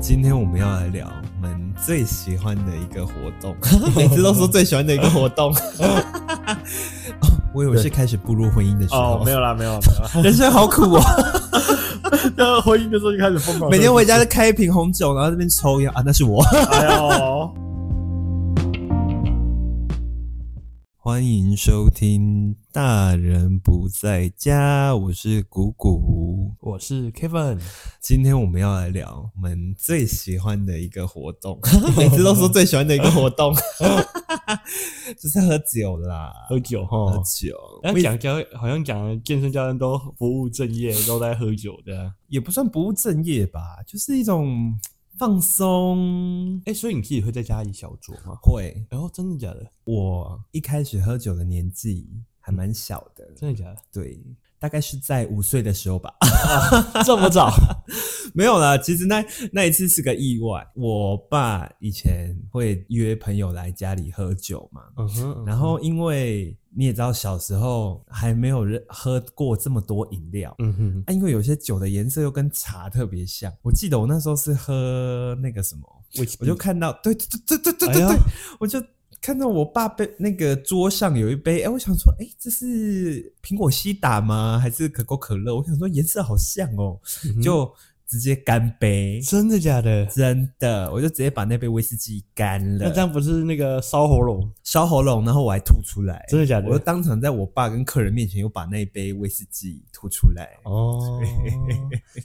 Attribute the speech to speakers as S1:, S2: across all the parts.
S1: 今天我们要来聊我们最喜欢的一个活 动，每次都说最喜欢的一个活 动。哦我以为是开始步入婚姻的时候，
S2: 哦，没有啦，没 有啦，没有啦。
S1: 人生好苦哦。
S2: 要婚姻的时候就开始疯 狂。
S1: 每天回家就开一瓶红酒，然后在那边抽烟啊，那是我。
S2: 哎呦，
S1: 欢迎收听《大人不在家》，我是谷谷。
S2: 我是 Kevin，
S1: 今天我们要来聊我们最喜欢的一个活动，每次都说最喜欢的一个活 动，就是喝酒啦，
S2: 喝酒哦
S1: 喝
S2: 哈。
S1: 酒。
S2: 那讲教好像讲健身教练都不务正业，都在喝酒的。
S1: 也不算不务正业吧，就是一种放松。
S2: 哎，所以你自己会在家里小酌吗？
S1: 会，
S2: 然后哦真的假的？
S1: 我一开始喝酒的年纪还蛮小的，
S2: 真的假的？
S1: 对，大概是在五岁的时候吧。
S2: 这么早？
S1: 没有啦，其实那那一次是个意外。我爸以前会约朋友来家里喝酒嘛，
S2: 嗯哼
S1: 然后因为你也知道，小时候还没有人喝过这么多饮料。
S2: 嗯哼，
S1: 啊，因为有些酒的颜色又跟茶特别像，我记得我那时候是喝那个什么
S2: 我
S1: 我就看到，对对对对对对对，
S2: 嗯
S1: 对
S2: 哎呀
S1: 我就看到我爸杯那个桌上有一杯，哎，我想说，哎，这是苹果西打吗？还是可口可乐？我想说颜色好像哦，就直接干杯，
S2: 嗯真的假的？
S1: 真的，我就直接把那杯威士忌干
S2: 那这
S1: 了，
S2: 样不是那个烧喉咙？
S1: 烧喉咙，然后我还吐出来，
S2: 真的假的
S1: 我就当场在我爸跟客人面前又把那杯威士忌吐出来，
S2: 哦，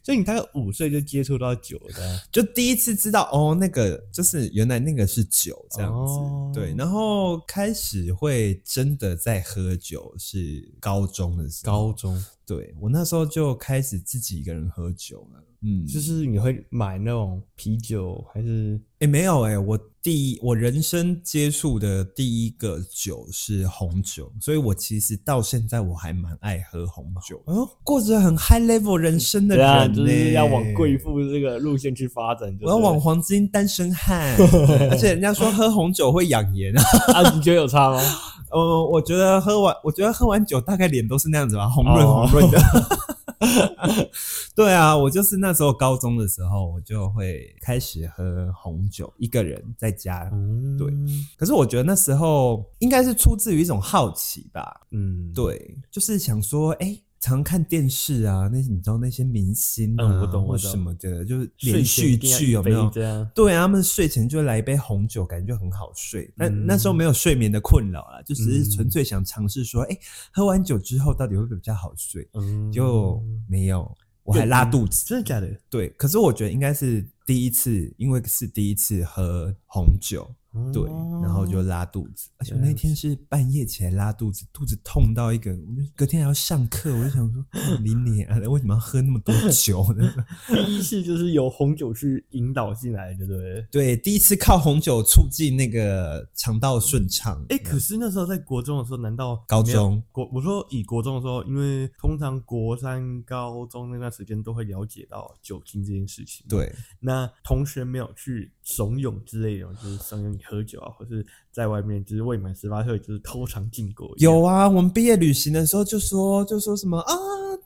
S2: 所以你大概五岁就接触到酒的，
S1: 就第一次知道哦，那个就是原来那个是酒这样子，
S2: 哦
S1: 对。然后开始会真的在喝酒是高中的时候，
S2: 高中
S1: 对我那时候就开始自己一个人喝酒了。嗯，就
S2: 就是是你会买那种啤酒还是
S1: 哎、没有哎、我第一我人生接触的第一个酒是红酒，所以我其实到现在我还蛮爱喝红酒，哦，过着很 high level 人生的
S2: 对
S1: 人、
S2: 啊，
S1: 欸，
S2: 就是要往贵妇这个路线去发展。就是
S1: 我要往黄金单身汉， 而且人家说喝红酒会养颜，
S2: 啊，你觉得有差吗？
S1: 呃，我觉得喝完，我觉得喝完酒大概脸都是那样子吧，红润
S2: 哦
S1: 红润的。 对啊，我就是那时候高中的时候，我就会开始喝红酒，一个人在家。
S2: 嗯，
S1: 对，可是我觉得那时候应该是出自于一种好奇吧，
S2: 嗯，，
S1: 对，就是想说，哎、常看电视啊，那你知道那些明星啊，
S2: 嗯我懂我
S1: 或
S2: 懂
S1: 什么的，就是连续剧有没有？
S2: 这样？
S1: 对啊，他们睡前就来一杯红酒，感觉很好睡。那、
S2: 嗯
S1: 那时候没有睡眠的困扰啦，就只是纯粹想尝试说，哎、喝完酒之后到底会不会比较好睡？
S2: 嗯
S1: 就没有，我还拉肚子。
S2: 真的假的？
S1: 对，可是我觉得应该是第一次，因为是第一次喝红酒，
S2: 哦
S1: 对，然后就拉肚子，而且我那天是半夜起来拉肚子，肚子痛到一个，我就隔天还要上课，我就想说，干你你啊，为什么要喝那么多酒呢？
S2: 第一次就是由红酒去引导进来的，对不对？
S1: 对，第一次靠红酒促进那个肠道顺畅。
S2: 哎、可是那时候在国中的时候，难道
S1: 高
S2: 没有
S1: 中
S2: 国？我说以国中的时候，因为通常国三、高中那段时间都会了解到酒精这件事情。，
S1: 对，
S2: 那同学没有去怂恿之类的吗，就是怂恿你喝酒啊，或是在外面就是未满十八岁就是偷尝禁果一样。
S1: 有啊，我们毕业旅行的时候就说就说什么啊，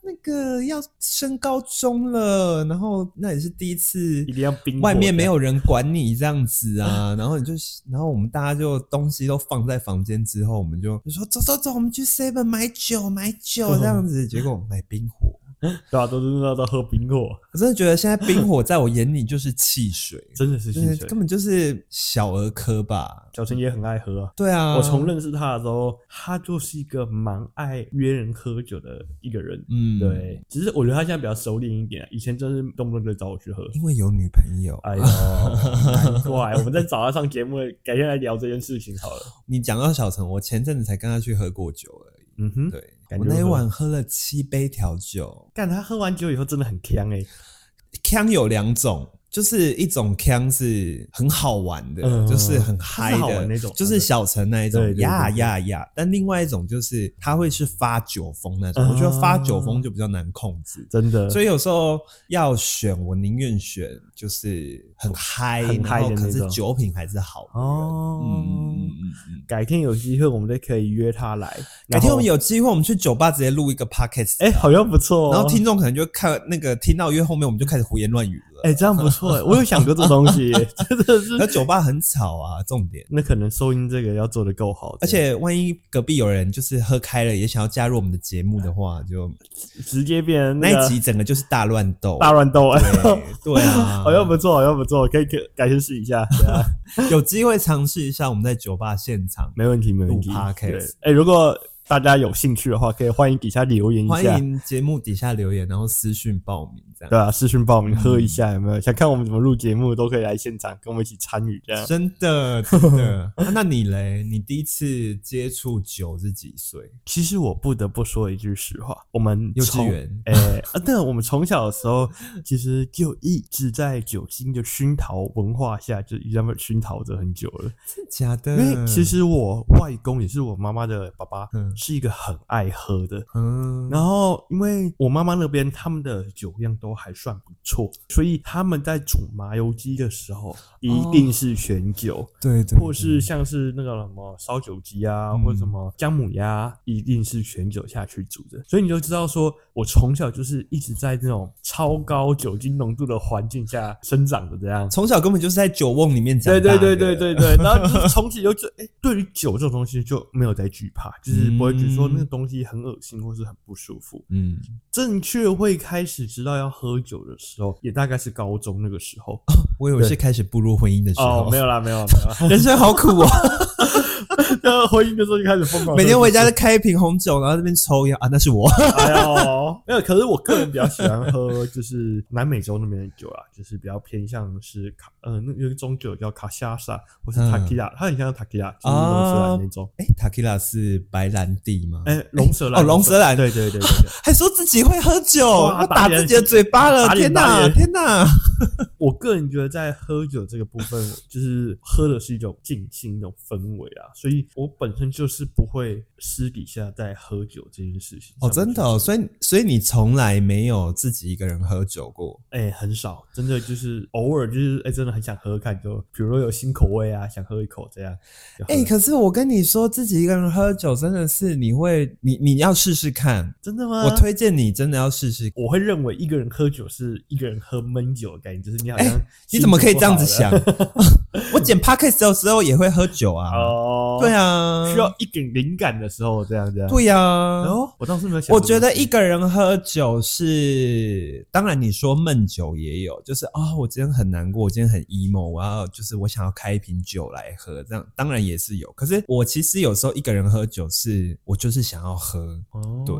S1: 那个要升高中了，然后那也是第一次
S2: 一定要冰火
S1: 外面
S2: 的
S1: 没有人管你这样子 啊，然后你就，然后我们大家就东西都放在房间之后，我们就就说走走走，我们去 Seven 买酒买
S2: 嗯
S1: 酒这样子，结果我们买冰火，
S2: 对啊，都是那都喝冰火，
S1: 我真的觉得现在冰火在我眼里就是汽 水，
S2: 真的是
S1: 就
S2: 薪
S1: 是
S2: 水
S1: 根。本就是小儿科吧。
S2: 小陈也很爱喝啊。
S1: 对啊，
S2: 我从认识他的时候，他就是一个蛮爱约人喝酒的一个人。
S1: 嗯，
S2: 对，只是我觉得他现在比较收敛一点啊，以前真是动不动就找 我去喝。
S1: 因为有女朋友。
S2: 哎呦，难怪！我们再找他上节目，改天来聊这件事情好了。
S1: 你讲到小陈，我前阵子才跟他去喝过酒而已。
S2: 嗯哼，
S1: 对，
S2: 感
S1: 我
S2: 觉
S1: 那一
S2: 如何
S1: 晚喝了七杯调酒，
S2: 但他喝完酒以后真的很呛哎、
S1: 腔有两种。就是一种腔是很好玩的，
S2: 嗯
S1: 就是很嗨
S2: 是好
S1: 的
S2: 玩那种
S1: 就是小陈那一种
S2: 对对对
S1: 呀
S2: 对
S1: 呀呀。但另外一种就是他会是发酒疯那种，
S2: 啊
S1: 我觉得发酒疯就比较难控制。
S2: 真的。
S1: 所
S2: 以
S1: 以有时候要选，我宁愿选就是很嗨，
S2: 很嗨
S1: 然后
S2: 的
S1: 可
S2: 那
S1: 是
S2: 种
S1: 酒品还是好的人。
S2: 哦
S1: 嗯嗯嗯嗯嗯。
S2: 改天有机会，我们就可以约他来。
S1: 改天我们
S2: 有
S1: 有机会，我们去酒吧直接录一个 podcast，、
S2: 哎哎、好像不错、哦。
S1: 然后听众可能就看那个听到越后面，我们就开始胡言乱语了。
S2: 哎、这样不错、 欸，我有想过这东西、欸，真的是
S1: 那酒吧很吵啊，重点。
S2: 那可能收音这个要做的够好，
S1: 而且万一隔壁有人就是喝开了，也想要加入我们的节目的话，就
S2: 直接变成
S1: 那
S2: 个
S1: 一集整个就是大乱斗。
S2: 大乱斗、哎，
S1: 对对啊，
S2: 好像不错，好像不错，可以可以改天试一下，对啊，
S1: 有机会尝试一下我们在酒吧现场。
S2: 没问题，没问题。
S1: 录 podcast
S2: 对，哎、如果大家有兴趣的话，可以欢迎底下留言一
S1: 欢
S2: 下，
S1: 迎节目底下留言，然后私讯报名这
S2: 对
S1: 样。
S2: 啊，私讯报
S1: 嗯
S2: 名喝一下，有没有？想看我们怎么录节目，都可以来现场跟我们一起参与，这样。
S1: 真的，真 的。啊那你嘞？你第一次接触酒是几岁？
S2: 其实我不得不说一句实话，我们
S1: 幼
S2: 从
S1: 稚， 园？
S2: 哎、啊，对，我们从小的 时候，其实就一直在酒精的熏陶文化下，就一直在被熏陶着很久了。
S1: 真的假的？
S2: 因为其，实我外公也是我妈妈的爸爸，
S1: 嗯嗯
S2: 是一个很爱喝的。
S1: 嗯，
S2: 然后，因为我妈妈那边他们的酒量都还算不错，所以他们在煮麻油鸡的时
S1: 哦
S2: 候，一定是选酒。
S1: 对对，
S2: 或是像是那个什么烧酒鸡啊，
S1: 嗯
S2: 或者什么姜母鸭，一定是全酒下去煮的。所以你就知道说，我从小就是一直在这种超高酒精浓度的环境下生长的这样。
S1: 从小根本就是在酒瓮里面长
S2: 对
S1: 大
S2: 对
S1: 的。
S2: 对对对对，然后就是从此就觉得，哎、对于酒这种东西就没有再惧怕，就是不会觉得说那个东西很恶心或是很不舒服。
S1: 嗯，
S2: 正确会开始知道要喝酒的时候，也大概是高中那个时候。
S1: 我以为是开始步入婚姻的时候。
S2: 哦，没有啦，没有啦，没有啦，
S1: 人生好苦 哦！
S2: 然后婚姻的时候就开始疯狂喝酒，
S1: 每天回家就开一瓶红酒，然后在那边抽烟啊，那是我。
S2: 哎呦， 没有。可是我个人比较喜欢喝，就是 南美洲那边的酒啦，就是比较偏向是卡，呃，那有一种酒叫卡西亚萨，或是
S1: 嗯啊
S2: 塔基拉，它很像塔基拉，就是龙舌兰那种。
S1: 哎、塔 q 拉是白兰地吗？
S2: 哎，龙舌兰
S1: 哦龙舌兰
S2: 对对对对对。
S1: 还说自己会喝酒，
S2: 哇
S1: 要
S2: 打
S1: 打
S2: 脸
S1: 自己的嘴巴了！
S2: 打脸
S1: 天
S2: 打
S1: 哪，
S2: 脸
S1: 天哪！
S2: 我个人觉得在喝酒这个部分，就是喝的是一种尽兴、一种氛围啊，所以我本身就是不会私底下在喝酒这件事情。
S1: 哦，真的、哦，
S2: 以
S1: 所以所以你从来没有自己一个人喝酒过，
S2: 哎、很少，真的就是偶尔就是哎、真的很想喝喝看，就比如说有新口味啊，想喝一口这样。就喝
S1: 哎、可是我跟你说，自己一个人喝酒真的是你会，你你要试试看，
S2: 真的吗？
S1: 我推荐你真的要试试。
S2: 我会认为一个人喝酒是一个人喝闷酒的概念，就是你好像、
S1: 哎你怎么可以这样子想？ 我剪 podcast 的时候也会喝酒啊，
S2: 哦？
S1: 对，啊，
S2: 需要一点灵感的时候这样这样。
S1: 对呀、啊
S2: 哦，我倒是没有想过
S1: 我
S2: 这
S1: 觉
S2: 个
S1: 得
S2: 事情。
S1: 一个人喝酒是，当然你说闷酒也有，就是啊、我今天很难过，我今天很 emo，我要就是我想要开一瓶酒来喝，这样当然也是有。可是我其实有时候一个人喝酒是，我就是想要喝，
S2: 哦，
S1: 对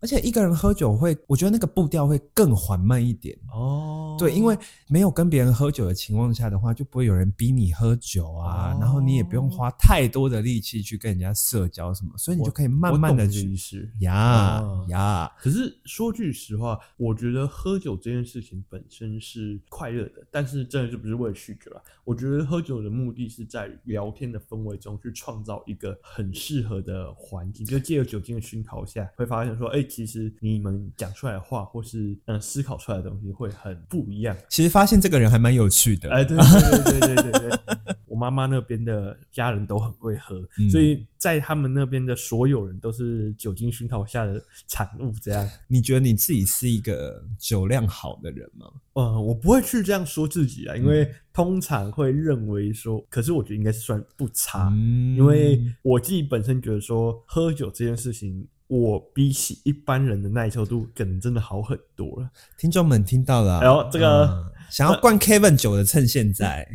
S1: 而且一个人喝酒会，我觉得那个步调会更缓慢一点。
S2: 哦，
S1: 对，因为没有跟别人喝酒的情况下的话，就不会有人逼你喝酒啊，
S2: 哦
S1: 然后你也不用花太多的力气去跟人家社交什么，所以你就可以慢慢的
S2: 去
S1: 去
S2: 意识。
S1: 呀
S2: 哦
S1: 呀。
S2: 可是说句实话，我觉得喝酒这件事情本身是快乐的，但是真的就不是为了酗酒啊。我觉得喝酒的目的是在于聊天的氛围中去创造一个很适合的环境，就借由酒精的熏陶下，会发现说，哎、其实你们讲出来的话，或是嗯、呃思考出来的东西会很不一样。
S1: 其实发现这个人还蛮有趣的，
S2: 哎，对对对对对对对， 我妈妈那边的家人都很会喝，
S1: 嗯
S2: 所以在他们那边的所有人都是酒精熏陶下的产物，这样。
S1: 你觉得你自己是一个酒量好的人吗？
S2: 嗯，我不会去这样说自己啊，因
S1: 嗯
S2: 为通常会认为说，可是我觉得应该是算不差，
S1: 嗯
S2: 啊因为我自己本身觉得说，喝酒这件事情，我比起一般人的耐受度，可能真的好很多了。
S1: 听众们听到了啊，
S2: 哎呦这个
S1: 嗯想要灌 Kevin 酒的，趁现在。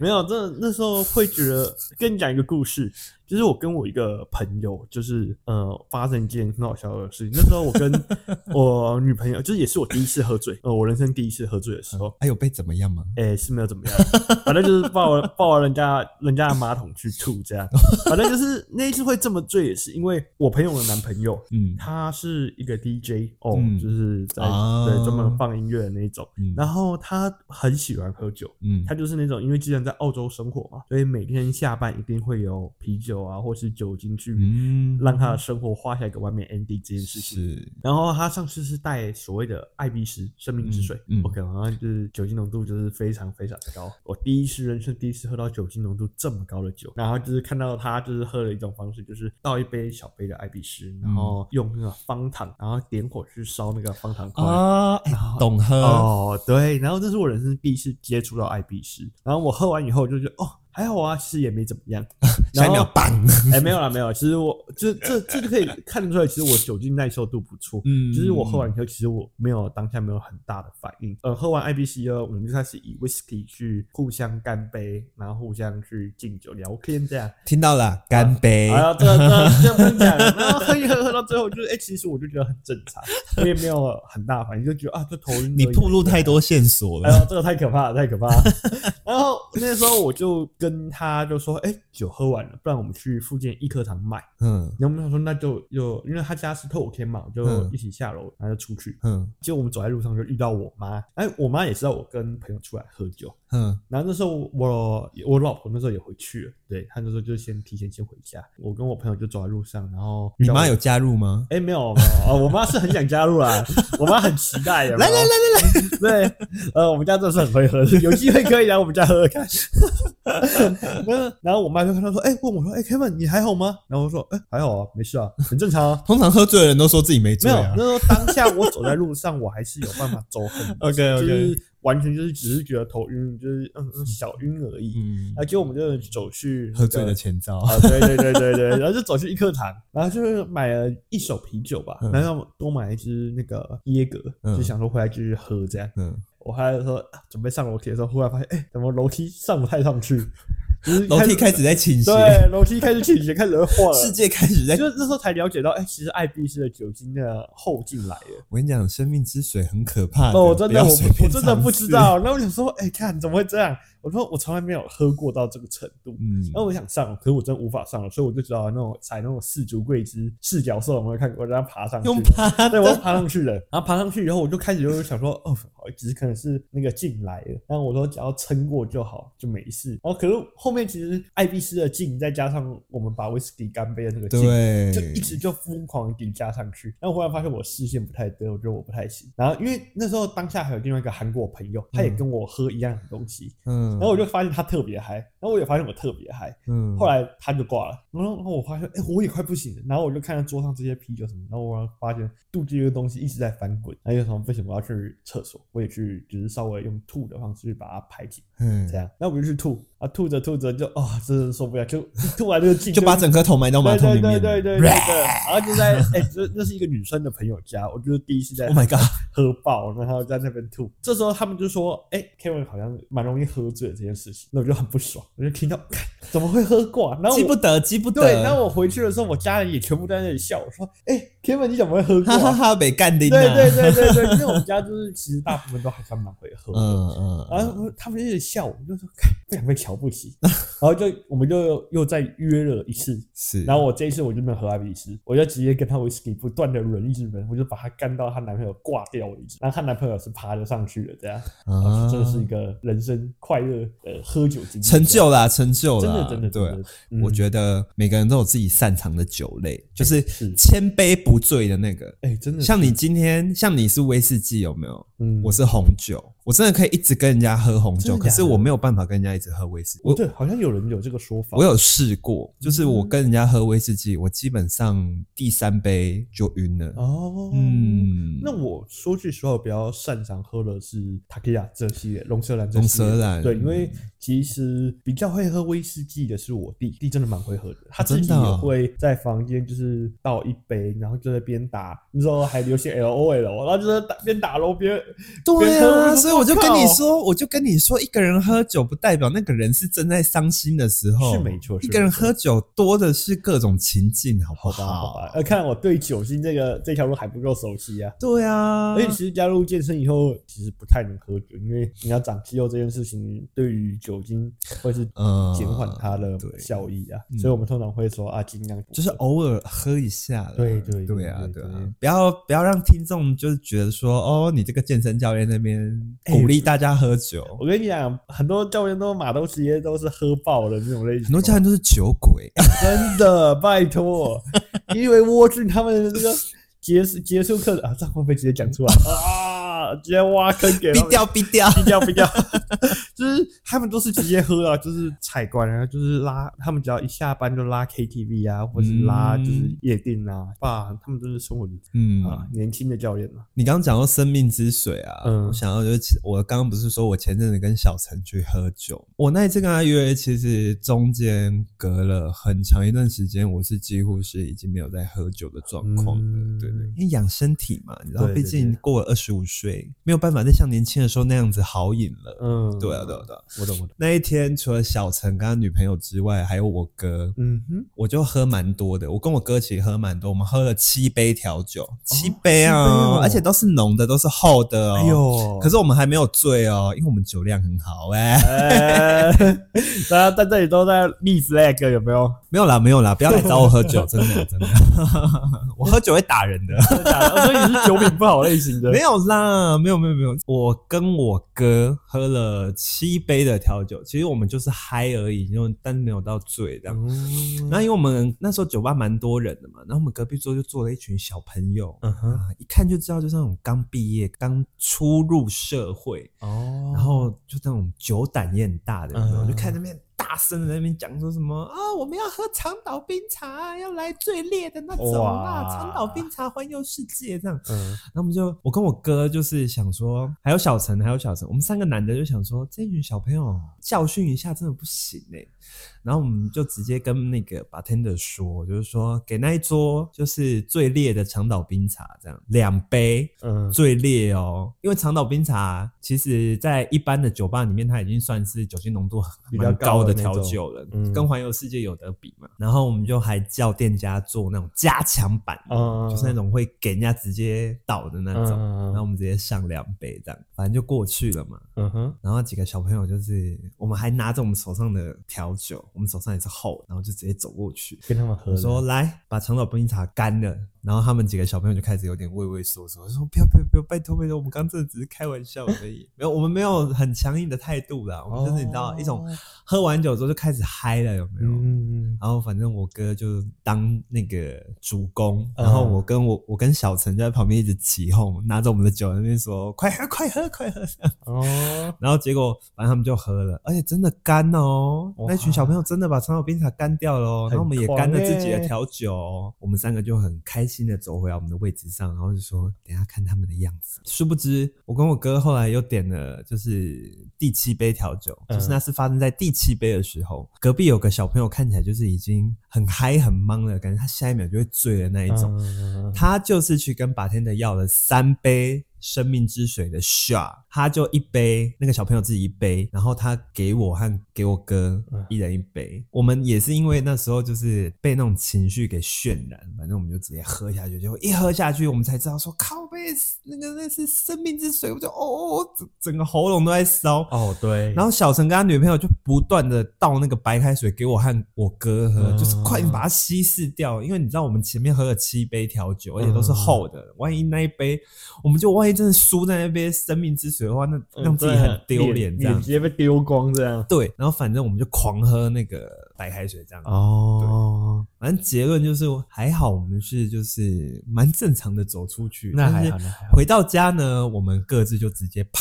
S2: 没有，这那时候会觉得，跟你讲一个故事，就是我跟我一个朋友，就是呃，发生一件很好笑的事情。那时候我跟 我女朋友，就是也是我第一次喝醉，呃，我人生第一次喝醉的时候，
S1: 还有被怎么样吗？
S2: 哎、是没有怎么样，反正就是抱了抱了人家人家的马桶去吐这样，反正就是那一次会这么醉，也是因为我朋友的男朋友。
S1: 嗯，
S2: 他是一个 DJ 哦，
S1: 嗯
S2: 就是在、
S1: 啊
S2: 对专门放音乐的那一种。
S1: 嗯
S2: 然后他很喜欢喝酒，
S1: 嗯
S2: 他就是那种因为之前在澳洲生活嘛，所以每天下班一定会有啤酒酒啊，或是酒精去
S1: 嗯
S2: 让他的生活画下一个完美 ending 这件事情。
S1: 是
S2: 然后他上次是带所谓的艾必斯生命之水，
S1: 嗯嗯
S2: 我可能啊就是酒精浓度就是非常非常高。我第一次人生第一次喝到酒精浓度这么高的酒，然后就是看到他就是喝了一种方式，就是倒一杯小杯的艾必斯，然后
S1: 嗯
S2: 用那个方糖，然后点火去烧那个方糖块。
S1: 啊，哎
S2: 然后
S1: 懂喝，
S2: 哦，对，然后这是我人生第一次接触到艾必斯，然后我喝完以后就觉得哦还好啊，其实也没怎么 样。
S1: 下
S2: 然
S1: 一
S2: 后
S1: 秒棒，
S2: 哎、没有啦，没有啦。其实我这这这就可以看得出来，其实我酒精耐受度不错。
S1: 嗯
S2: 就是我喝完以后，其实我没有当下没有很大的反应。呃，喝完 IBC 以后，我们就开始以 whisky 去互相干杯，然后互相去敬酒聊天这样。
S1: 听到了，干杯
S2: 哎，呀，这这这不能讲。然后喝一喝喝到最后，就是哎、其实我就觉得很正常，我也没有很大反应，就觉得啊，这头晕而已。
S1: 你暴露太多线索
S2: 哎
S1: 了，
S2: 呦，这个太可怕了，太可怕了。 然后那时候我就跟他就说，哎、酒喝完了，不然我们去附近一颗堂买。
S1: 嗯
S2: 然后我们想说，那就就因为他家是透天嘛，我就
S1: 嗯
S2: 一起下楼，然后就出去。
S1: 嗯
S2: 结果我们走在路上就遇到我妈，哎，我妈也知道我跟朋友出来喝酒。
S1: 嗯
S2: 然后那时候我我老婆那时候也回去了，对她那时候就先提前先回家。我跟我朋友就走在路上，然后遇
S1: 你
S2: 到
S1: 妈
S2: 我
S1: 有加入吗？
S2: 哎没有没有，哦，我妈是很想加入啦， 我妈很期待呀。
S1: 来来来来来，
S2: 对，呃，我们家真的是很会喝的，有机会可以来我们家喝 喝看。嗯然后我妈就看到说，哎、问我说，哎、k e v i n 你还好吗？然后我说，哎、还好啊，没事啊，很 正常啊。
S1: 通常喝醉的人都说自己没
S2: 没
S1: 醉
S2: 有，
S1: 啊，
S2: 那时候当下我走在路上，我还是有办法走很
S1: ，OK
S2: 就
S1: OK，
S2: 是完全就是只是觉得头晕，就是嗯嗯小晕而已。
S1: 嗯
S2: 啊，结果我们就走去
S1: 喝醉
S2: 那个
S1: 的前兆，
S2: 啊，对对对对 对，然后就走去一课堂，然后就是买了一手啤酒吧，
S1: 嗯
S2: 然后多买一支那个椰格，就
S1: 嗯
S2: 想说回来继续喝这样。
S1: 嗯，
S2: 我还说、啊准备上楼梯的时候，忽然发现，哎、怎么楼梯上不太 上去？就是
S1: 楼梯开始在倾斜，
S2: 对，楼梯开始倾斜，开始会晃
S1: 世
S2: 了。
S1: 界开始在
S2: 就是那时候才了解到，哎、其实艾必斯的酒精的后劲来了。
S1: 我跟你讲，生命之水很可怕
S2: 哦，我真
S1: 啊不
S2: 的
S1: 要
S2: 我
S1: 随
S2: 不我
S1: 便
S2: 真的不
S1: 尝
S2: 知
S1: 试。
S2: 道。然后我想说，哎、看怎么会这样？我说我从来没有喝过到这个程度。
S1: 嗯
S2: 然，后我想上，可是我真的无法上了，所以我就只好那种踩那种四足跪姿、四脚兽，有没有看过？让它爬上去。
S1: 用趴
S2: 对，我
S1: 的，
S2: 爬上去了，然后爬上去以后，我就开始就想说，哦，只是可能是那个劲来了，但我说只要撑过就好，就没事。哦然后可是后面其实艾必斯的劲，再加上我们把威士忌干杯的那个劲，
S1: 对，
S2: 就一直就疯狂地加上去。然后忽然发现我视线不太对，我觉得我不太行。然后因为那时候当下还有另外一个韩国朋友，他也
S1: 嗯
S2: 跟我喝一样的东西，
S1: 嗯，
S2: 然后我就发现他特别嗨，然后我也发现我特别嗨。
S1: 嗯，
S2: 后来他就挂了，然后然后我发现，哎、我也快不行了。然后我就看到桌上这些啤酒什么，然后我发现肚子这个东西一直在翻滚，然后有什么不行，我要去厕所，我也去，只是稍微用吐的方式去把它排解，
S1: 嗯
S2: 这，样。那我就去吐啊，吐着吐着就啊、哦，真的受不了，就 吐完这个劲
S1: 就把整颗头埋到马桶里面
S2: 对
S1: 了。
S2: 对对对对对对，然后就在哎、这这是一个女生的朋友家，我就是第一次在
S1: Oh my god！
S2: 喝爆，然后在那边吐。这时候他们就说：“哎、k e v i n 好像蛮容易喝醉的这件事情。”那我就很不爽，我就听到看怎么会喝过、啊？然后
S1: 记不
S2: 我
S1: 得，记不得。
S2: 对，然后我回去的时候，我家人也全部在那里笑，我说：“哎、k e v i n 你怎么会喝过、
S1: 哈哈
S2: 啊
S1: 哈，被干的。
S2: 对对对对对，因为我们家就是其实大部分都还算蛮会喝的。
S1: 嗯嗯
S2: 然后他们就一直笑我，就说看不想被瞧不起，然后就我们就又再约了一次，
S1: 是。
S2: 然后我这一次我就没有喝艾比斯，我就直接跟他 whisky 不断的轮一直轮，我就把她干到她男朋友挂掉为止。然后她男朋友是爬得上去的，这样，然后
S1: 啊
S2: 真的是一个人生快乐的喝酒经历，
S1: 成就啦，成就
S2: 这
S1: 啦，
S2: 样，真的真的
S1: 对
S2: 真
S1: 啊。
S2: 的。嗯哎
S1: 我觉得每个人都有自己擅长的酒类，就是
S2: 是
S1: 千杯不醉的那个。
S2: 哎，真的
S1: 像你今天，像你是威士忌有没有？
S2: 嗯
S1: 我是红酒，我真的可以一直跟人家喝红酒，
S2: 真的
S1: 可
S2: 假的
S1: 是我没有办法跟人家一直喝威士忌。我
S2: 对，好像有人有这个说法，
S1: 我有试过，就是
S2: 嗯
S1: 我跟人家喝威士忌，我基本上第三杯就晕了。
S2: 哦，嗯。
S1: 嗯，
S2: 那我说句实话，我比较擅长喝的是塔克亚这系列、龙舌兰这
S1: 龙
S2: 系列
S1: 舌兰嗯
S2: 对，因为其实比较会喝威士忌的是我弟，弟真的蛮会喝的，他
S1: 真
S2: 自己
S1: 的
S2: 也
S1: 啊
S2: 会在房间就是倒一杯，然后就在边打，那时候还流行 L O L，然后就是打边打喽边
S1: 对
S2: 边喝我
S1: 啊，
S2: 就
S1: 所以我就跟
S2: 靠
S1: 你说，我就跟你说，一个人喝酒不代表那个人是正在伤心的时候，
S2: 是没错，
S1: 一
S2: 是
S1: 个人
S2: 没错
S1: 喝酒多的是各种情境，好不
S2: 好吧好吧，呃，看来我对酒精这个这条路还不够熟悉啊。
S1: 对啊
S2: 而，且其实加入健身以后，其实不太能喝酒，因为你要长肌肉这件事情，对于酒精会是
S1: 嗯
S2: 减缓它的
S1: 对嗯
S2: 效益啊，所以我们通常会说啊，尽量不
S1: 就是偶尔喝一下啦。
S2: 对对
S1: 对啊，对
S2: 对对
S1: 啊，不要不要让听众就是觉得说，哦，你这个健身教练那边
S2: 哎
S1: 鼓励大家喝酒，
S2: 我跟你讲，很多教练都马都直接都是喝爆的那种类型哦，
S1: 很多教练都是酒鬼。
S2: 真的，拜托，你以为沃俊他们的这个结束结束课啊，这样会不会直接讲出来啊？直接挖坑给 他
S1: 低
S2: 们
S1: 调低调，
S2: 低调低调， 就是他们都是直接喝啊，就是采关啊，就是拉他们只要一下班就拉 KTV 啊，或者拉
S1: 嗯
S2: 就是夜店啊，爸，他们都是生活的
S1: 嗯，
S2: 啊，年轻的教练嘛，
S1: 你刚刚讲到生命之水啊，
S2: 嗯
S1: 我想到就是我刚刚不是说我前阵子跟小陈去喝酒，我那一次跟他约，其实中间隔了很长一段时间，我是几乎是已经没有在喝酒的状况了，
S2: 嗯
S1: 对对，因为养身体嘛，你知道，
S2: 对对
S1: 毕竟
S2: 对
S1: 过了二十五岁，没有办法再像年轻的时候那样子豪饮了。
S2: 嗯，
S1: 对啊，对啊，对啊。
S2: 我懂我懂，
S1: 那一天除了小陈跟他女朋友之外，还有我哥，
S2: 嗯哼，
S1: 我就喝蛮多的，我跟我哥一起喝蛮多，我们喝了七杯调酒，七杯
S2: 七
S1: 啊、
S2: 杯哦
S1: 而且都是浓的，都是厚的哦。
S2: 哎呦，
S1: 可是我们还没有醉哦，因为我们酒量很好哎、
S2: 呃，大家在这里都在立 flag 有没有？
S1: 没有啦，没有啦，不要来找我喝酒，真的真的， 我喝酒会打人的。
S2: 真的假的所以你是酒品不好类型 的。
S1: 没有啦，没有没有没有，我跟我哥喝了七杯的调酒，其实我们就是嗨而已，因为但是没有到醉这样。
S2: 嗯
S1: 那因为我们那时候酒吧蛮多人的嘛，然后我们隔壁桌就坐了一群小朋友，
S2: 嗯哼，
S1: 啊，一看就知道就是那种刚毕业、刚出入社会，
S2: 哦
S1: 然后就那种酒胆也很大的，有没有
S2: 嗯
S1: 就看那边大声的在那边讲说什么啊、我们要喝长岛冰茶，要来最烈的那种啊，
S2: 哇
S1: 长岛冰茶环游世界这样。
S2: 嗯，
S1: 然后我们就我跟我哥就是想说，还有小陈，还有小陈，我们三个男的就想说，这群小朋友教训一下真的不行哎、然后我们就直接跟那个 bartender 说，就是说给那一桌就是最烈的长岛冰茶这样两杯。
S2: 嗯，
S1: 最烈哦，因为长岛冰茶其实，在一般的酒吧里面，它已经算是酒精浓度很
S2: 比较
S1: 蛮
S2: 高
S1: 高
S2: 的
S1: 的
S2: 那
S1: 调
S2: 种
S1: 酒了，
S2: 嗯
S1: 跟环游世界有得比嘛。然后我们就还叫店家做那种加强版的
S2: 嗯
S1: 就是那种会给人家直接倒的那
S2: 嗯
S1: 种，
S2: 嗯嗯
S1: 然后我们直接上两杯这样，反正就过去了嘛。
S2: 嗯哼，
S1: 然后几个小朋友就是，我们还拿着我们手上的调酒，我们手上也是厚的，然后就直接走过去，
S2: 跟他们合
S1: 我说来把长岛冰茶干了。然后他们几个小朋友就开始有点畏畏缩缩，说不要不要不要，拜托拜托，我们刚刚真的只是开玩笑而已，没有我们没有很强硬的态度啦，我们就是你知道、一种
S2: 哦
S1: 喝完酒之后就开始嗨了，有没有？
S2: 嗯，
S1: 然后反正我哥就当那个主攻，
S2: 嗯
S1: 然后我跟我我跟小陈就在旁边一直起哄，拿着我们的酒在那边说快喝快喝快喝，
S2: 哦，
S1: 然后结果反正他们就喝了，而且真的干哦，
S2: 哇
S1: 那群小朋友真的把长岛冰茶干掉了哦，
S2: 很
S1: 然后我们也干了
S2: 狂欸
S1: 自己的调酒哦，我们三个就很开心的走回来我们的位置上，然后就说等一下看他们的样子。殊不知我跟我哥后来又点了就是第七杯调酒，
S2: 嗯
S1: 就是那是发生在第七杯的时候，隔壁有个小朋友看起来就是已经很嗨很忙了，感觉他下一秒就会醉的那一种，
S2: 嗯
S1: 他就是去跟 bartender 要了三杯生命之水的 shot，他就一杯，那个小朋友自己一杯，然后他给我和给我哥
S2: 嗯
S1: 一人一杯。我们也是因为那时候就是被那种情绪给渲染，反正我们就直接喝下去，结果一喝下去，我们才知道说靠杯那个那是生命之水，我就哦哦哦，整整个喉咙都在烧。
S2: 哦，对，
S1: 然后小陈跟他女朋友就不断的倒那个白开水给我和我哥喝，
S2: 嗯
S1: 就是快点把它稀释掉，因为你知道我们前面喝了七杯调酒，而且
S2: 嗯
S1: 都是厚的，万一那一杯我们就万一真的输在那杯生命之水的话，那
S2: 嗯
S1: 让自己
S2: 啊
S1: 很丢脸这样
S2: 直。接被丢光这样。
S1: 对，然后反正我们就狂喝那个白开水这样。
S2: 哦，
S1: 反正结论就是还好，我们是就是蛮正常的走出去，
S2: 那还好
S1: 但是
S2: 那还好
S1: 回到家呢，我们各自就直接啪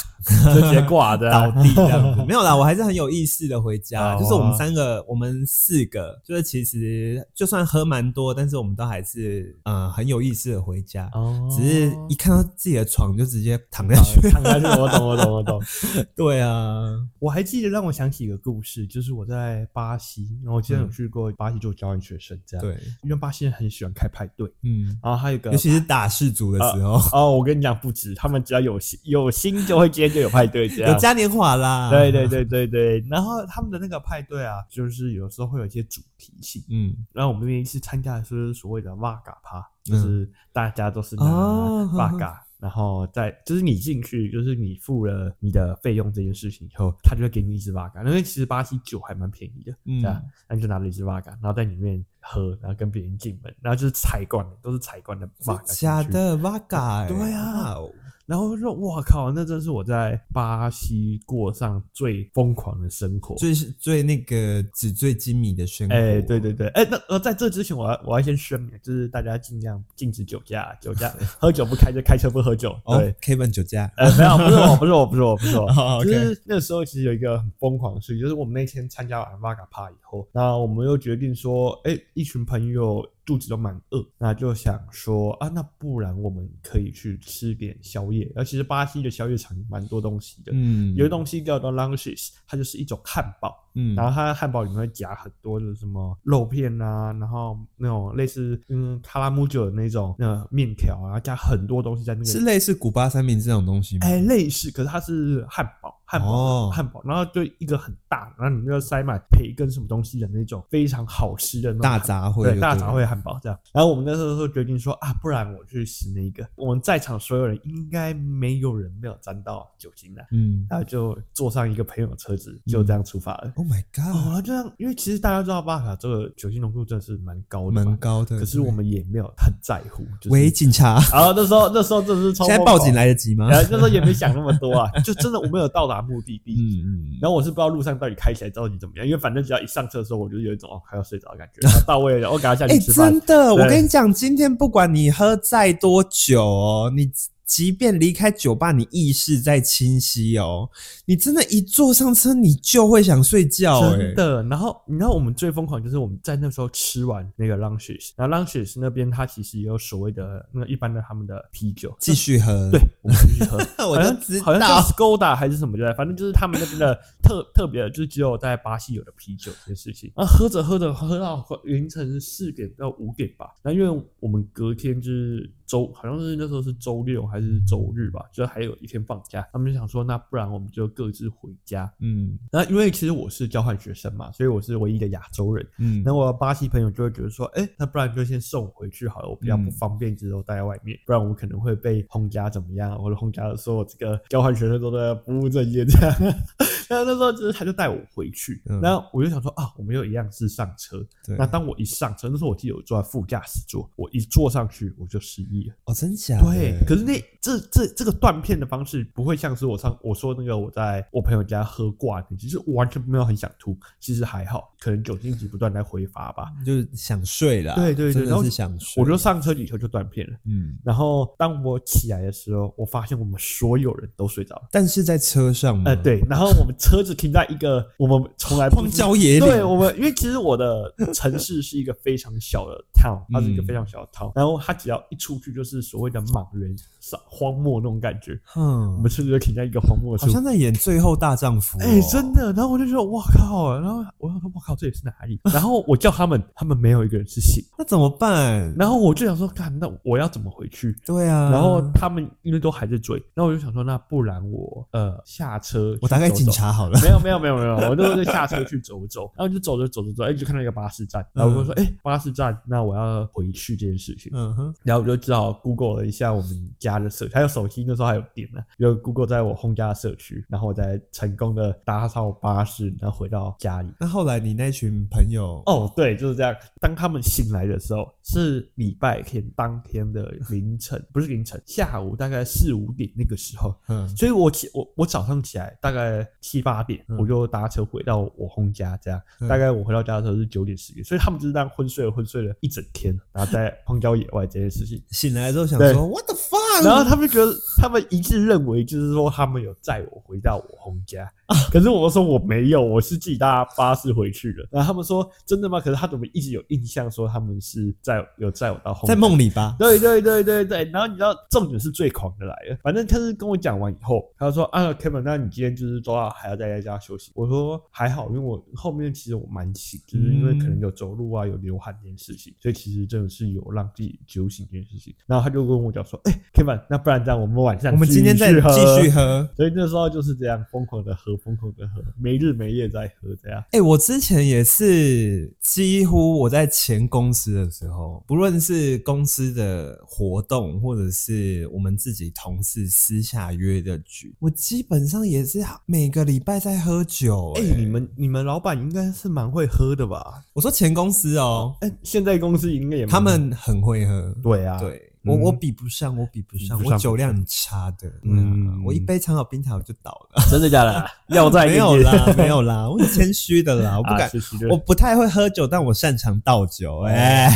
S2: 直 接挂的啊
S1: 倒地这样子。没有啦，我还是很有意识的回家。
S2: 好啊
S1: 就是我们三个，我们四个，就是其实就算喝蛮多，但是我们都还是呃很有意识的回家。
S2: 哦，
S1: 只是一看到自己的床就直接躺下
S2: 好
S1: 去。
S2: 看开始，我懂，我懂，我懂。
S1: 对啊，
S2: 我还记得让我想起一个故事，就是我在巴西，然后我之前有去过巴西做交换学生这样。，
S1: 对，
S2: 因为巴西人很喜欢开派对，啊
S1: 嗯，
S2: 然后还有一个
S1: 尤其是打氏族的时候，
S2: 哦，我跟你讲不止，他们只要有心有心就会接就有派对 这样。
S1: 有嘉年华啦。
S2: 对对，对对对，然后他们的那个派对啊，就是有时候会有一些主题性。
S1: 嗯，
S2: 然后我们那一次参加的是所谓的哇嘎趴，就是大家都是拿
S1: 哦
S2: 哇嘎然后再就是你进去，就是你付了你的费用这件事情以后，他就会给你一支八嘎，因为其实巴西酒还蛮便宜的，
S1: 嗯
S2: 对啊，那你就拿了一支八嘎，然后在里面喝，然后跟别人进门，然后就是彩罐的，都是彩罐的八嘎，
S1: 假，的 Vaga，
S2: 对啊
S1: 哇哦
S2: 然后就说哇靠，那真是我在巴西过上最疯狂的生活，
S1: 最是最那个纸醉金迷的生活，
S2: 哎、对对对，哎、那呃，在这之前，我要我要先声明，就是大家尽量禁止酒驾，酒 驾喝酒不开车，开车不喝酒。
S1: 哦
S2: 对，
S1: ，Kevin 酒驾，
S2: 呃，没有，不是我，不是我，不是我，不是我。
S1: 哦
S2: 就
S1: ，OK
S2: 是那时候其实有一个很疯狂的事情，就是我们那天参加完 v a g a 趴以后，那我们又决定说，哎、一群朋友肚子都蛮饿，那就想说啊，那不然我们可以去吃点宵夜。而其实巴西的宵夜场蛮多东西的，
S1: 嗯，
S2: 有一东西叫做 lunches，它就是一种汉堡。
S1: 嗯，
S2: 然后它的汉堡里面会夹很多的什么肉片啊，然后那种类似嗯卡拉姆酒的那种那种面条啊，加很多东西在那
S1: 是
S2: 个。
S1: 类似古巴三明治那种东西吗？
S2: 哎，类似，可是它是汉堡，汉堡，
S1: 哦
S2: 汉堡，然后就一个很大，然后里面又塞满培根什么东西的那种非常好吃的那种
S1: 大
S2: 汉堡
S1: 杂烩就
S2: 对
S1: 对
S2: 大杂
S1: 了
S2: 烩汉堡这样。然后我们那时候就决定说啊，不然我去吃那个。我们在场所有人应该没有人没有沾到酒精的，
S1: 嗯
S2: 然后就坐上一个朋友的车子，就这样出发了。
S1: ，Oh my
S2: 哦，然
S1: God，
S2: 后就像，因为其实大家知道巴卡这个酒精浓度真的是蛮高的嘛，
S1: 蛮高的，
S2: 可是我
S1: 对
S2: 们也没有很在乎，就是。
S1: 喂警察，
S2: 然后那时候那时候真的是超
S1: 现在
S2: 疯
S1: 报
S2: 狂
S1: 警，来得及吗？
S2: 然后那时候也没想那么多啊， 就真的我没有到达目的地。
S1: 嗯嗯，
S2: 然后我是不知道路上到底开起来到底怎么样，因为反正只要一上车的时候，我就有一种哦快要睡着的感 觉。然后到位了，我赶快下
S1: 哎，
S2: 去吃饭。
S1: 真的，
S2: 对
S1: 我跟你讲，今天不管你喝再多酒哦，你即便离开酒吧，你意识再清晰哦，你真的，一坐上车你就会想睡觉，
S2: 真
S1: 哎，
S2: 的。然后你知道我们最疯狂就是我们在那时候吃完那个 lunches，然后 lunches 那边它其实也有所谓的那个一般的他们的啤酒，
S1: 继续喝，
S2: 对，我们继续喝。
S1: 我
S2: 好
S1: 就
S2: 像
S1: 知
S2: 好像
S1: 道
S2: 叫 Skoda 还是什么对，反正就是他们那 边的特特别的，就是只有在巴西有的啤酒这件事情。啊，喝着喝着喝到凌晨四点到五点吧。那因为我们隔天就是周，好像是那时候是周六还是周日吧，就是还有一天放假，他们就想说，那不然我们就各自回家。
S1: 嗯
S2: 那因为其实我是交换学生嘛，所以我是唯一的亚洲人。
S1: 嗯
S2: 那我的巴西朋友就会觉得说，哎、那不然就先送我回去好了，我比较
S1: 嗯
S2: 不方便一直都待在外面，不然我可能会被轰家怎么样，或者轰家说我这个交换学生都在不务正业这样。 那那时候就是他就带我回去，
S1: 嗯
S2: 那我就想说啊，我们又一样是上车。
S1: 对
S2: 那当我一上车，那时候我记得我坐在副驾驶座，我一坐上去我就失忆了。
S1: 哦，真假的？
S2: 对，可是那这这这个断片的方式不会像是我上我说那个我在我朋友家喝挂的，其实我完全没有很想吐，其实还好，可能酒精值不断在挥发吧。
S1: 就是想睡啦，
S2: 对对对，
S1: 真
S2: 然
S1: 的
S2: 后
S1: 是想睡。
S2: 我就上车以后就断片了。
S1: 嗯，
S2: 然后当我起来的时候，我发现我们所有人都睡着了。
S1: 但是在车上嘛，
S2: 呃，，对，然后我们车子停在一个我们从来不
S1: 荒
S2: 知
S1: 郊野岭，
S2: 对我们，因为其实我的城市是一个非常小的 town，它是一个非常小的 town，、然后它只要一出去就是所谓的莽原、沙荒漠那种感觉。我
S1: 嗯
S2: 们，是不是就停在一个荒漠
S1: 好
S2: 处？
S1: 像在演《最后大丈夫》哦。
S2: 哎、真的。然后我就觉得，哇靠！然后我想说，哇靠，这里是哪里？ 然后我叫他们，他们没有一个人是醒。
S1: 那怎么办？
S2: 然后我就想说，看，那我要怎么回去？
S1: 对啊，
S2: 然后他们因为都还在追，然后我就想说，那不然我呃下车去走走，
S1: 我打给警察好了。
S2: 没有没有没有没有， 我就就下车去走走，然后就走着走着走，哎、就看到一个巴士
S1: 嗯
S2: 站，然后我就说，哎、巴士站，那我要回去这件事情，
S1: 嗯哼，
S2: 然后我就只好 Google 了一下我们家的社区，还有手机那时候还有电呢，就 Google 在我轰家的社区，然后我才成功的搭上巴士，然后回到家里。
S1: 那后来你那群朋友，
S2: 哦，对，就是这样。当他们醒来的时候，是礼拜天当天的凌晨，不是凌晨，下午大概四五点那个时候，
S1: 嗯，
S2: 所以我起我我早上起来大概七八点，
S1: 嗯
S2: 我就搭车回到我轰家，这样、
S1: 嗯
S2: 大概我回到家的时候是九点十点，所以他们就是这样昏睡了昏睡了一整天，然后在荒郊野外这件事情，
S1: 醒来之后想
S2: 对
S1: 说 What the fuck？
S2: 然后他们觉得他们一致认为就是说他们有载我回到我轰家，可是我说我没有，我是自己搭巴士回去的，然后他们说真的吗？可是他怎么一直有印象说他们是在有载我到轰
S1: 在
S2: 家
S1: 梦里吧？
S2: 对对对对对，然后你知道重点是最狂的来了，反正他是跟我讲完以后，他就说啊，Kevin，那你今天就是都要还要待在家休息。我说还好，因为我后面其实我蛮醒，就是因为可能有走路啊，有流汗这件事情，所以其实真的是有让自己酒醒这件事情。然后他就跟我讲说，哎、k e v i n 板，那不然这样，我们晚上
S1: 我们今天再
S2: 喝
S1: 继续。喝。
S2: 所以那时候就是这样疯狂的喝，疯狂的喝，没日没夜在喝，这样。
S1: 哎、我之前也是，几乎我在前公司的时候，不论是公司的活动，或者是我们自己同事私下约的局，我基本上也是每个礼拜在喝酒、
S2: 哎、
S1: 哎、
S2: 你们你们老板应该是蛮会喝的吧？
S1: 我说前公司哦，
S2: 哎、现在公司应该也蛮
S1: 他们很会喝。
S2: 对啊，
S1: 对。
S2: 嗯
S1: 我我比不上，我比不上，
S2: 比不
S1: 我
S2: 上
S1: 酒量很差的。嗯、
S2: 嗯
S1: 我一杯长岛冰茶我就倒了，
S2: 真的假 的？要再啊
S1: 没有 啦，没有啦，我很谦虚的啦，我
S2: 我
S1: 不敢，
S2: 学习
S1: 我不太会喝酒，但我擅长倒酒。
S2: 哦
S1: 哎、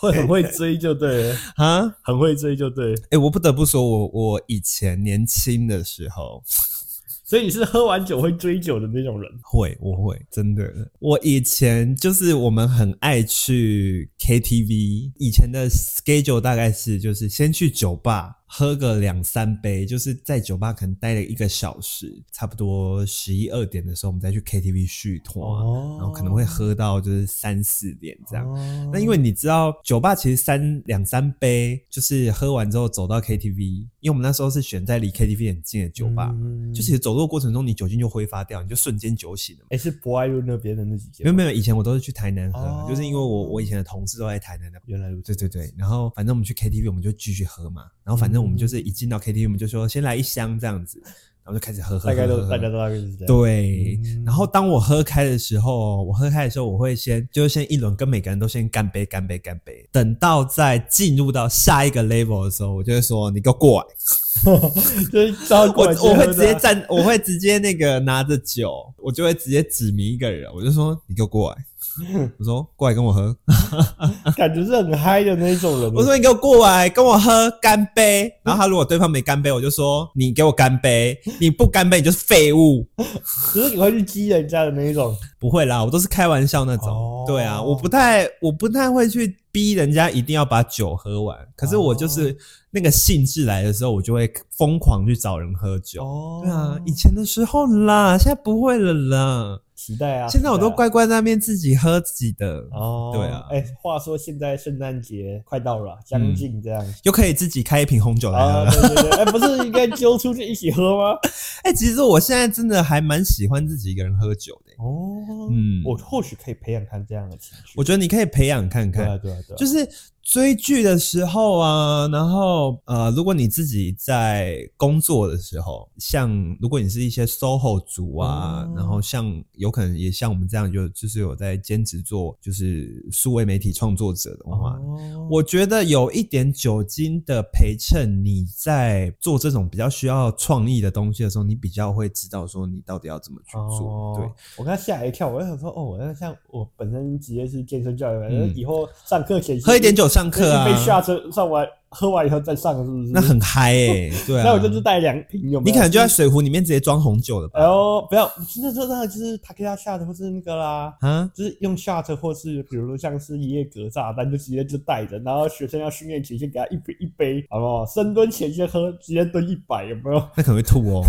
S2: 会很会追就对了，
S1: 啊，
S2: 很会追就对了。
S1: 哎、我不得不说我，我以前年轻的时候
S2: 所以你是喝完酒会追酒的那种人。
S1: 会，我会真的，我以前就是我们很爱去 KTV，以前的 schedule 大概是就是先去酒吧喝个两三杯，就是在酒吧可能待了一个小时，差不多十一二点的时候，我们再去 KTV 续团，
S2: 哦
S1: 然后可能会喝到就是三四点这样。
S2: 哦
S1: 那因为你知道，酒吧其实三两三杯，就是喝完之后走到 KTV，因为我们那时候是选在离 KTV 很近的酒吧，
S2: 嗯
S1: 就其实走路的过程中，你酒精就挥发掉，你就瞬间酒醒了嘛。
S2: 哎、是博爱路那边的那几
S1: 没
S2: 间
S1: 有
S2: 吗。
S1: 没有，以前我都是去台南喝，
S2: 哦
S1: 就是因为我我以前的同事都在台南的。
S2: 原来如此。
S1: 对对对，然后反正我们去 KTV 我们就继续喝嘛，然后反正我们
S2: 嗯
S1: 就是一进到 KTV 我们就说先来一箱这样子，然后就开始喝喝喝
S2: 大概
S1: 喝
S2: 都
S1: 喝
S2: 大家都大概是这样。
S1: 对，
S2: 嗯
S1: 然后当我喝开的时候，我喝开的时候，我会先就是先一轮跟每个人都先干杯，干杯，干杯。等到再进入到下一个 level 的时候，我就会说你给我过来，
S2: 就是到
S1: 我
S2: 过来
S1: 我会
S2: 喝
S1: 直
S2: 的
S1: 接
S2: 啊
S1: 站，我会直接那个拿着酒，我就会直接指明一个人，我就说你给我过 来，我说过来跟我喝，
S2: 感觉是很嗨的那种人。
S1: 我说你给我过来跟我喝干 杯。然后他如果对方没干杯，我就说你给我干杯，你不干杯你就是废物。
S2: 只是你会去激人家的那一种。
S1: 不会啦，我都是开玩笑那种。
S2: 哦
S1: 对啊，我不太我不太会去逼人家一定要把酒喝完，可
S2: 哦
S1: 是我就是那个兴致来的时候，我就会疯狂去找人喝酒。
S2: 哦
S1: 对啊，以前的时候啦，现在不会了啦。
S2: 期待啊。
S1: 现在我都
S2: 期待啊。
S1: 乖乖在那边自己喝自己的，
S2: 哦，
S1: 对啊
S2: 哎、话说现在圣诞节快到了，啊将
S1: 嗯
S2: 近这样。
S1: 又可以自己开一瓶红酒来喝
S2: 啊，。对对对，哎、不是应该揪出去一起喝吗？
S1: 哎、其实我现在真的还蛮喜欢自己一个人喝酒的、
S2: 哦，
S1: 嗯
S2: 我或许可以培养他这样的情绪。
S1: 我觉得你可以培养看
S2: 对
S1: 看
S2: 啊，。对啊，对啊，
S1: 就是是追剧的时候啊，然后呃，如果你自己在工作的时候，像如果你是一些 SOHO 族啊，
S2: 哦
S1: 然后像有可能也像我们这样就就是有在兼职做就是数位媒体创作者的话。
S2: 哦
S1: 我觉得有一点酒精的陪衬，你在做这种比较需要创意的东西的时候，你比较会知道说你到底要怎么去做。对，
S2: 哦我刚吓一跳，我就想说，哦，我那像我本身职业是健身教练嘛，
S1: 嗯
S2: 那以后上课前
S1: 喝一点酒上课 啊
S2: 被，下车上完喝完以后再上，是不是？
S1: 那很嗨哎、对啊。
S2: 那我就是带两瓶，有没有？
S1: 你可能就在水壶里面直接装红酒了吧？
S2: 哎呦，不要，那那那就是他给他下的，或是那个啦。
S1: 啊，
S2: 就是用下车，或是比如说像是一夜格炸弹，就直接就带着，然后学生要训练前先给他一杯一杯，好不好？深蹲前先喝，直接蹲一百，有没有？
S1: 那可能会吐哦。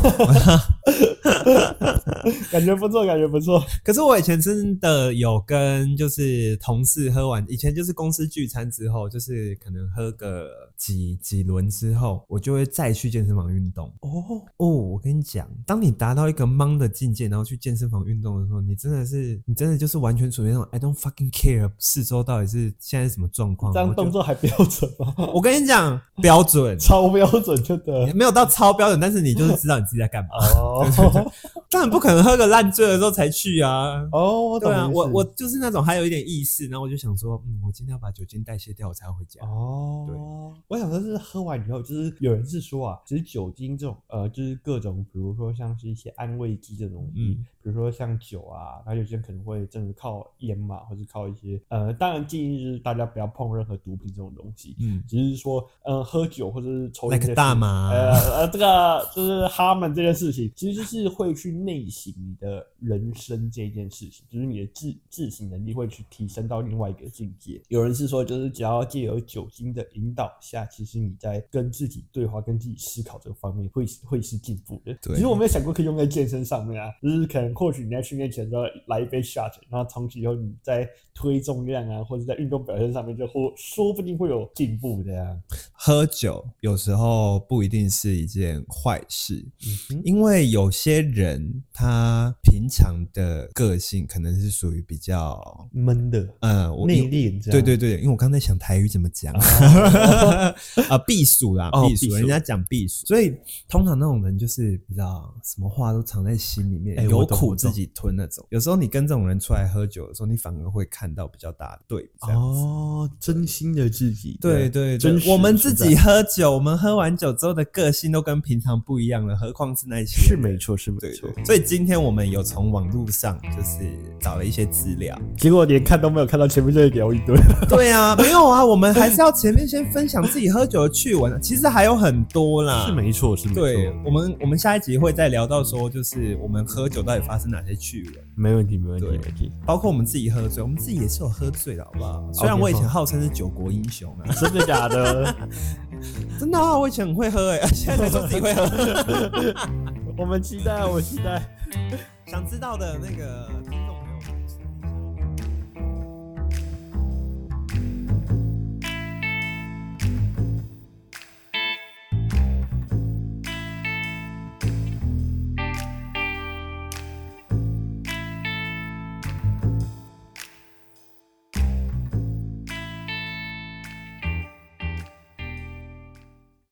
S2: 感觉不错，感觉不错。
S1: 可是我以前真的有跟就是同事喝完，以前就是公司聚餐之后，就是可能喝个几几轮之后，我就会再去健身房运动。
S2: 哦，
S1: 哦，我跟你讲，当你达到一个忙的境界，然后去健身房运动的时候，你真的是，你真的就是完全处于那种 I don't fucking care 四周到底是现在是什么状况。
S2: 这样
S1: 我就
S2: 动作还标准吗？
S1: 我跟你讲，标 准
S2: 超标准，真的。
S1: 没有到超标准，但是你就是知道你自己在干嘛。
S2: 哦
S1: 当然不可能喝个烂醉的时候才去啊。
S2: 哦，我懂
S1: 对
S2: 意
S1: 啊，
S2: 思。
S1: 我我就是那种还有一点意识，然后我就想说，嗯，我今天要把酒精代谢掉，我才要回家。
S2: 哦，
S1: 对
S2: 我想说是喝完以后，就是有人是说啊，其实酒精这种呃，就是各种，比如说像是一些安慰剂这种，
S1: 嗯
S2: 嗯，比如说像酒啊，然后有些人可能会真的靠烟嘛，或是靠一些呃，当然建议就是大家不要碰任何毒品这种东西。
S1: 嗯，
S2: 只是说，嗯，喝酒或者是抽烟
S1: Like
S2: 呃这些事
S1: 大麻
S2: 呃呃，这个就是哈们这件事情，其实就是会去内省你的人生这件事情，就是你的自自省能力会去提升到另外一个境界。有人是说，就是只要借由酒精的引导下，其实你在跟自己对话、跟自己思考这个方面会是会是进步的。
S1: 对
S2: 其实我没有想过可以用在健身上面啊，就是可能或许你在训练前都要来一杯 shot，然后长期以后你在推重量啊，或者在运动表现上面就或说不定会有进步的呀、啊。
S1: 喝酒有时候不一定是一件坏事，
S2: 嗯哼，
S1: 因为有些人他平常的个性可能是属于比较，
S2: 闷的。
S1: 嗯，我
S2: 内
S1: 因
S2: 敛，这
S1: 对
S2: 样
S1: 对对，因为我刚才想台语怎么讲， 啊，避暑啦，
S2: 哦
S1: 避
S2: 避
S1: 暑，
S2: 暑
S1: 人家讲避暑，所以通常那种人就是你知道，什么话都藏在心里面，
S2: 哎我
S1: 有
S2: 懂
S1: 苦
S2: 我
S1: 自
S2: 懂
S1: 己吞那种。有时候你跟这种人出来喝酒的时候，你反而会看到比较大的对比，这样子。
S2: 哦，真心的自己，
S1: 对对
S2: 真实
S1: 对，我们自己
S2: 实在
S1: 喝酒，我们喝完酒之后的个性都跟平常不一样了，何况是那些
S2: 是
S1: 人
S2: 没错，是没
S1: 对
S2: 错。
S1: 对，所以今天我们有从网络上就是找了一些资料。
S2: 结果连看都没有看到，前面就聊一堆。
S1: 对啊，没有啊，我们还是要前面先分享自己喝酒的趣 闻啊，其实还有很多啦。
S2: 是没错，是没
S1: 啊对
S2: 错，
S1: 我们我们下一集会再聊到说，就是我们喝酒到底发生哪些趣闻，
S2: 没问题，没问题，
S1: 对
S2: 没问题。
S1: 包括我们自己喝醉，我们自己也是有喝醉的，好不
S2: 哦
S1: 好？虽然我以前号称是酒国英雄啊，
S2: 真的假的？
S1: 真的啊，我以前很会喝哎、 现在才说自己会喝。
S2: 我们期待，我期待。
S1: 想知道的那个听众